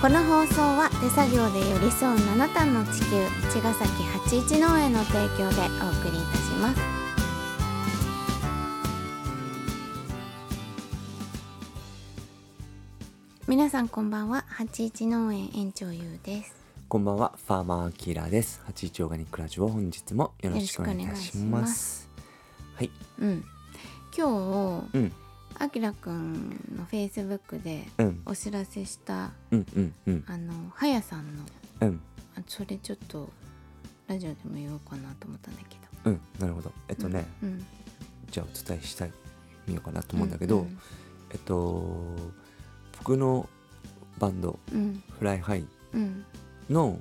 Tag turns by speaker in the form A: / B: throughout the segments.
A: この放送は手作業で寄り添う七段の地球茅ヶ崎八一農園の提供でお送りいたします皆さんこんばんは八一農園園長ゆうです
B: こんばんは、ファーマーアキラです。八一オーガニックラジオ、本日もよろしくお願いいたします。はい、
A: うん今日
B: うん、
A: あきらくんのフェイスブックで
B: うん、
A: お知らせした
B: うん、うん、うん、
A: あのはやさんの
B: うん、
A: あそれちょっとラジオでも言おうかなと思ったんだけど
B: うん、なるほど。えっとね、
A: うん
B: じゃあお伝えしたいみようかなと思うんだけど、
A: うん
B: えっと僕のバンド
A: うん
B: フライハイ
A: うん
B: の、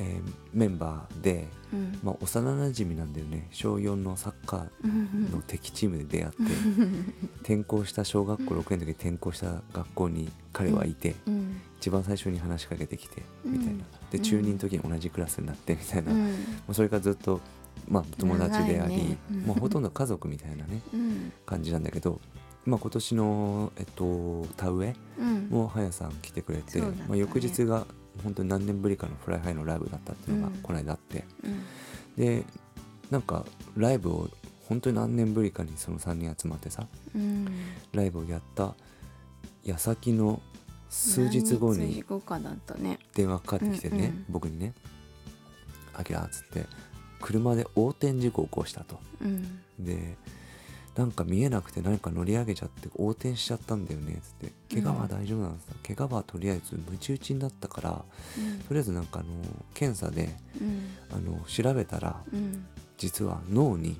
B: えーメンバーで、
A: うん
B: まあ、幼馴染なんだよね。小4のサッカ
A: う
B: ーの
A: ん
B: 敵チームで出会って、転校した小学校6年の時に転校した学校に彼はいて。
A: うん
B: 一番最初に話しかけてきて
A: うん
B: みたいな、で
A: うん
B: 中2の時に同じクラスになってみたいな、
A: う
B: も
A: ん
B: うそれからずっと、まあ、友達であ
A: 長
B: り、
A: いねうん
B: もうほとんど家族みたいなね
A: うん
B: 感じなんだけど、まあ、今年の、えっと、田植え
A: うん
B: もはやさん来てくれて、
A: そうだったね
B: まあ、翌日が本当に何年ぶりかの「フライハイ」のライブだったっていうのが
A: うん
B: この間あって、
A: うん
B: でなんかライブを本当に何年ぶりかにその3人集まってさ
A: うん
B: ライブをやった矢先の数日後
A: 何
B: に
A: 日後かだったね
B: 電話かかってきてね、
A: うんうん
B: 僕にね「あきら」っつって車で横転事故を起こしたと
A: うん
B: でなんか見えなくて何か乗り上げちゃって横転しちゃったんだよねっつって「怪我は大丈夫なんですか怪我はとりあえずむち打ちになったから
A: うん
B: とりあえずなんかあの検査で
A: うん
B: あの調べたら
A: うん
B: 実は脳に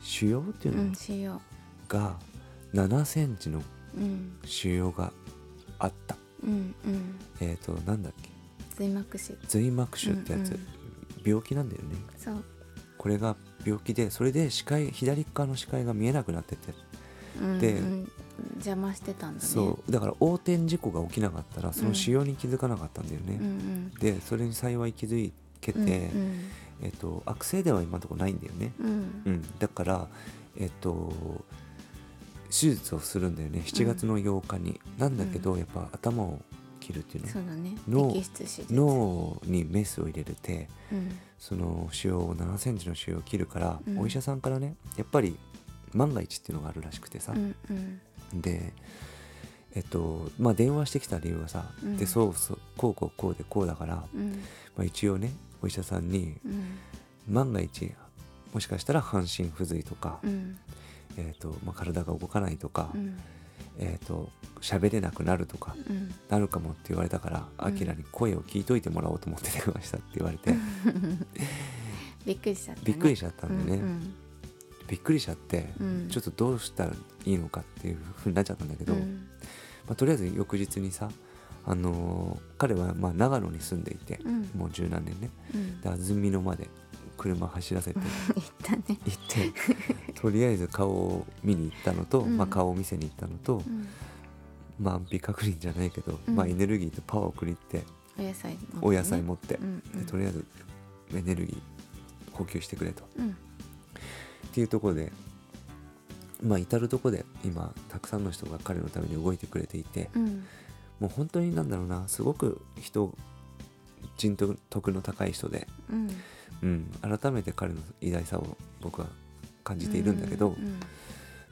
B: 腫瘍っていう
A: う
B: の
A: んしよ
B: が7センチの
A: ううん
B: 腫瘍があった
A: うんうん
B: えっ、となんだっけ
A: 髄膜腫
B: 髄膜腫ってやつ、
A: うん
B: 病気なんだよね
A: そう
B: これが病気でそれで視界左側の視界が見えなくなってて、
A: うん
B: で
A: うん邪魔してたんだね
B: そうだから横転事故が起きなかったらその腫瘍に気づかなかったんだよ
A: うんう
B: ね、
A: ん
B: でそれに幸い気づけて、
A: うんうん
B: えっと、悪性では今のところないんだよね、
A: うん
B: うん、だからえっと手術をするんだよね7月の8日に、なんだけどやっぱ頭を切るっていうの
A: そうだね
B: 脳
A: 摘出手術
B: 脳にメスを入れれて、
A: うん
B: その腫瘍を7センチの腫瘍を切るから、
A: うん
B: お医者さんからねやっぱり万が一っていうのがあるらしくてさ
A: う、んうん
B: でえっとまあ電話してきた理由がさ、
A: うん
B: でそうそうこうこうこうでこうだから、ま
A: うん
B: あ、一応ねお医者さんに
A: うん
B: 万が一もしかしたら半身不随とか、
A: うん
B: えっとまあ、体が動かないとか、
A: うん
B: えっと喋れなくなるとか
A: うん
B: なるかもって言われたから
A: ん
B: アキラに声を聞いといてもらおうと思って電話したって言われて、
A: びっくりしちゃったね
B: びっくりしちゃったんでね、
A: うん
B: びっくりしちゃって、
A: うん
B: ちょっとどうしたらいいのかっていうふうになっちゃったんだけ
A: う
B: ど、
A: ん
B: まあ、とりあえず翌日にさ、あのー彼はまあ長野に住んでいて、
A: うん
B: もう十何年ね
A: うん
B: で安曇野まで車走ら せて
A: 言ったね
B: 行ってとりあえず顔を見に行ったのと、
A: うん
B: まあ、顔を見せに行ったのと、
A: うん
B: まあ、安否確認じゃないけど、
A: うん
B: まあ、エネルギーとパワーを送りって
A: お野菜も
B: お野菜持って、
A: うんうん
B: でとりあえずエネルギー補給してくれと。
A: うん
B: っていうところでまあ至るとこで今たくさんの人が彼のために動いてくれていて
A: うん
B: もう本当になんだろうなすごく人人徳の高い人で、
A: うん
B: うん、改めて彼の偉大さを僕は感じているんだけど、
A: うん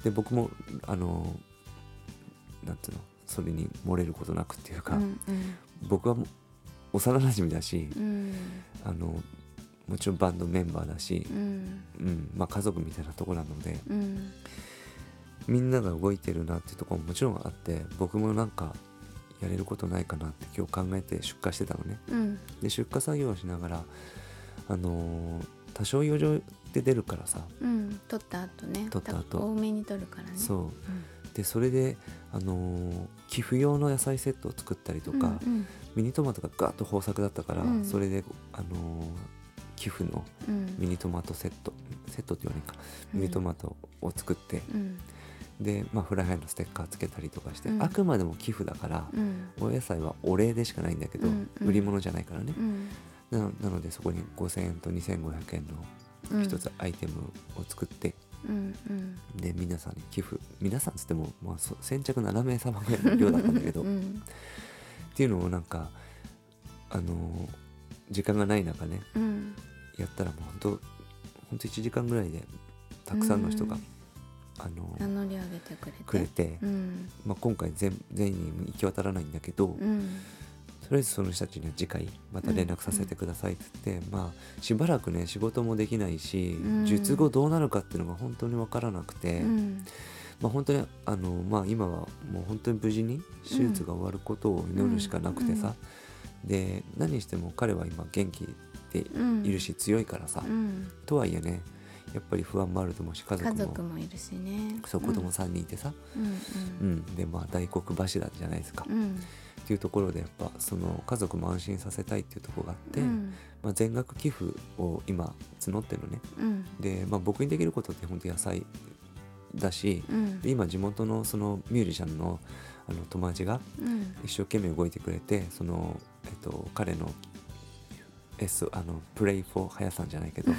B: で僕もあのなんていうのそれに漏れることなくっていうか、
A: うんうん
B: 僕はもう幼馴染だし
A: うん
B: あのもちろんバンドメンバーだし
A: う、ん
B: うんまあ、家族みたいなところなので、
A: うん
B: みんなが動いてるなっていうところももちろんあって僕もなんかやれることないかなって今日考えて出荷してたのね
A: うん
B: で出荷作業をしながらあのー多少余剰って出るからさ
A: うん取った後ね
B: 取った後
A: 多めに取るからね
B: そううでそれで、あのー寄付用の野菜セットを作ったりと
A: ん
B: か、
A: うん
B: ミニトマトがガッと豊作だったから、
A: うん
B: それで、あのー寄付の
A: うん
B: ミニトマトセットセットって言わないか
A: うん
B: ミニトマトを作って、
A: うん
B: で、まあ、フライハイのステッカーつけたりとかして、
A: うん
B: あくまでも寄付だから、
A: うん
B: お野菜はお礼でしかないんだけど、
A: うんうん
B: 売り物じゃないからね
A: う、ん
B: ななのでそこに5,000円と2,500円
A: うん
B: の一つアイテムを作って、
A: うんうん
B: で皆さんに寄付皆さんっつっても、まあ、そ先着7名様ぐらいの量だったんだけど
A: うん
B: っていうのをなんかあの時間がない中ね
A: うん
B: やったらもうほんとほんと1時間ぐらいでたくさんの人が
A: うん
B: あの
A: 名乗り上げてくれて
B: くれて、
A: うん
B: まあ、今回全全員に行き渡らないんだけど、
A: うん
B: とりあえずその人たちには次回また連絡させてくださいって言って、まあしばらくね仕事もできないし、
A: うん
B: 術後どうなるかっていうのが本当に分からなくて、
A: うん
B: まあ本当にあのまあ今はもう本当に無事に手術が終わることを祈るしかなくてさ、で何しても彼は今元気で
A: うん
B: いるし強いからさ、
A: うん
B: とはいえねやっぱり不安もあると思うし家族
A: 家
B: も
A: 族もいるしね
B: そう子供3人いてさ、
A: うん
B: う
A: うん
B: んでまあ大黒柱じゃないですか、
A: うんうん
B: っていうところでやっぱその家族も安心させたいっていうところがあって、
A: うん
B: まあ、全額寄付を今募ってるのね
A: うん
B: で、まあ、僕にできることって本当野菜だし
A: うん
B: で今地元のそのミュージシャンのあの友達が
A: うん
B: 一生懸命動いてくれてその、えっと、彼の S あのプレイフォーはやさんじゃな いけど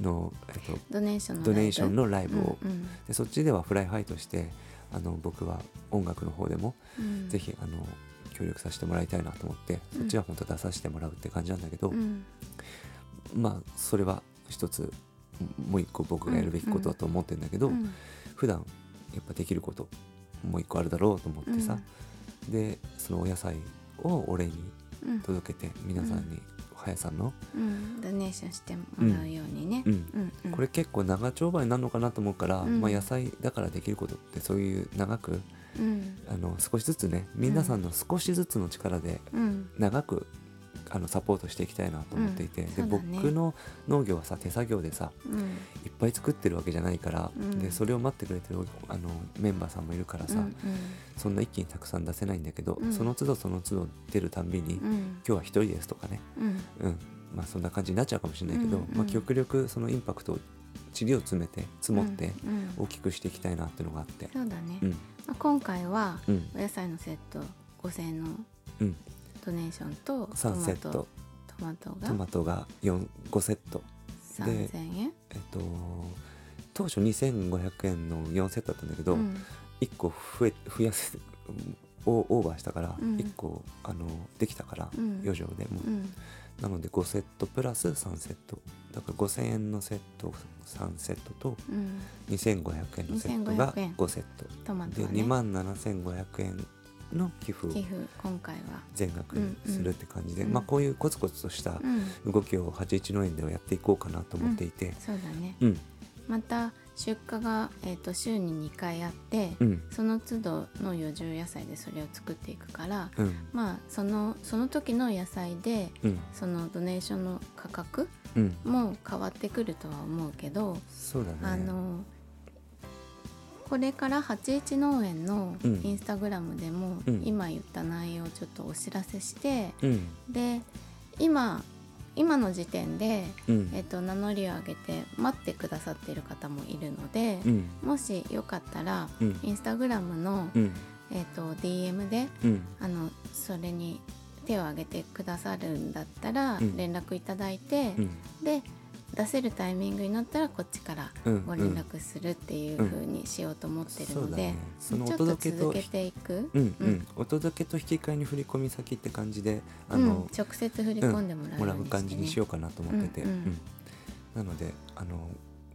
B: の、えっと、
A: ドネーションの
B: ドネーションのライブを、
A: うん
B: でそっちではフライハイとしてあの僕は音楽の方でも
A: うん
B: ぜひあの協力させてもらいたいなと思って
A: うん
B: そっちは本当出させてもらうって感じなんだけど、
A: うん
B: まあそれは一つもう一個僕がやるべきことだと思ってるんだけど、
A: うん
B: 普段やっぱできることもう一個あるだろうと思ってさ、でそのお野菜をお礼に
A: うん
B: 届けて皆さんに、はやさんの、
A: うんドネーションしてもらうようにね
B: うん
A: うんうん
B: これ結構長丁場になるのかなと思うから、
A: うん
B: まあ、野菜だからできることってそういう長く
A: うん
B: あの少しずつね皆さんの少しずつの力で
A: うん
B: 長くあのサポートしていきたいなと思っていて、
A: うん
B: で
A: そうだね
B: 僕の農業はさ手作業でさ
A: うん
B: いっぱい作ってるわけじゃないから、
A: うん
B: でそれを待ってくれてるあのメンバーさんもいるからさ、
A: うん
B: そんな一気にたくさん出せないんだけど、
A: うん
B: その都度その都度出るたんびに、
A: う
B: 今
A: ん
B: 日は一人ですとかね、
A: うん
B: うんまあ、そんな感じになっちゃうかもしれないけど、
A: うんうん
B: まあ、極力そのインパクトを塵を詰めて積もって
A: うんうん
B: 大きくしていきたいなっていうのがあって。
A: そうだね
B: うん
A: まあ今回は
B: うん
A: お野菜のセット5000円の
B: うん、
A: ドネーションとト
B: 3セ
A: マ
B: ッ
A: ト
B: ト
A: トマトが
B: トマトが4 5セットで
A: 3000円
B: えっと、当初2500円の4セットだったんだけど、
A: うん
B: 1個増え増やせ をオーバーしたから
A: うん
B: 1個、あのできたから
A: うん
B: 余剰でもう、
A: うん
B: なので5セットプラス3セットだから5000円のセット3セットと
A: うん
B: 2500円のセットが
A: 2500円
B: 5セット
A: トマト
B: で
A: はね
B: 2万7500円の寄付を
A: 寄付今回は
B: 全額にするって感じで、
A: うんうん
B: まあ、こういうコツコツとした
A: うん
B: 動きを81農園ではやっていこうかなと思っていて、
A: そうだね
B: うん、
A: また出荷がえっと週に2回あって
B: うん、
A: その都度の余重野菜でそれを作っていくから
B: うん、
A: まあそのその時の野菜で
B: うん、
A: そのドネーションの価格
B: うん、
A: も変わってくるとは思うけど
B: そうだね。
A: あのこれから81農園の
B: うん
A: インスタグラムでも、
B: うん
A: 今言った内容をちょっとお知らせして、
B: うん、
A: で今今の時点で、
B: うん、
A: えっと名乗りを上げて待ってくださっている方もいるので、
B: うん、
A: もしよかったら、
B: うん
A: インスタグラムの、
B: うん、
A: えっと DM で
B: うん、
A: あのそれに手を挙げてくださるんだったら
B: うん
A: 連絡いただいて、
B: うん、
A: で出せるタイミングになったらこっちから
B: うん
A: ご連絡するっていう風にしようと思ってる
B: そう
A: の
B: だ
A: で、
B: ね。そのお
A: ちょっと
B: 届け
A: 続
B: と
A: け。ていく、
B: うん、
A: う
B: うんん、お届けと引き換えに振り込み先って感じで、あ
A: うん
B: の、
A: 直接振り込んでもらう,、
B: もらう感じにしようかなと思ってて、
A: うん
B: う
A: うん
B: ん。なので、あの、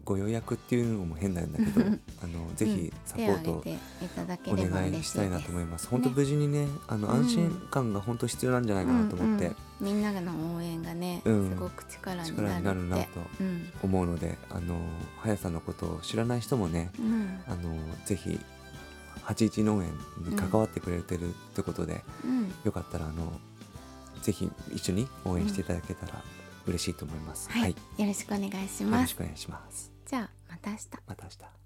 B: ご予約っていうのも変なんだけど、 あの、ぜひサポー
A: 手を
B: ト
A: 挙。げていただけ
B: お
A: れば
B: 願
A: 嬉
B: い
A: し
B: し
A: いで
B: た
A: す
B: いなと思います。本当
A: ね
B: 無事にね、あの
A: うん
B: 安心感が本当必要なんじゃないかなと思って
A: うんうんみんなの応援がね、
B: うん
A: すごく力に
B: 力になる
A: な
B: な
A: るって
B: と
A: うん
B: 思うので、あの早さんのことを知らない人もね、
A: うん
B: あのぜひ81農園に関わってくれてるってことで、
A: うん
B: よかったらあのぜひ一緒に応援していただけたら嬉しいと思います。
A: はい、よろしくお願いし
B: よろ
A: ま
B: し
A: す
B: くお願いします。
A: じゃあまた明日
B: また明日。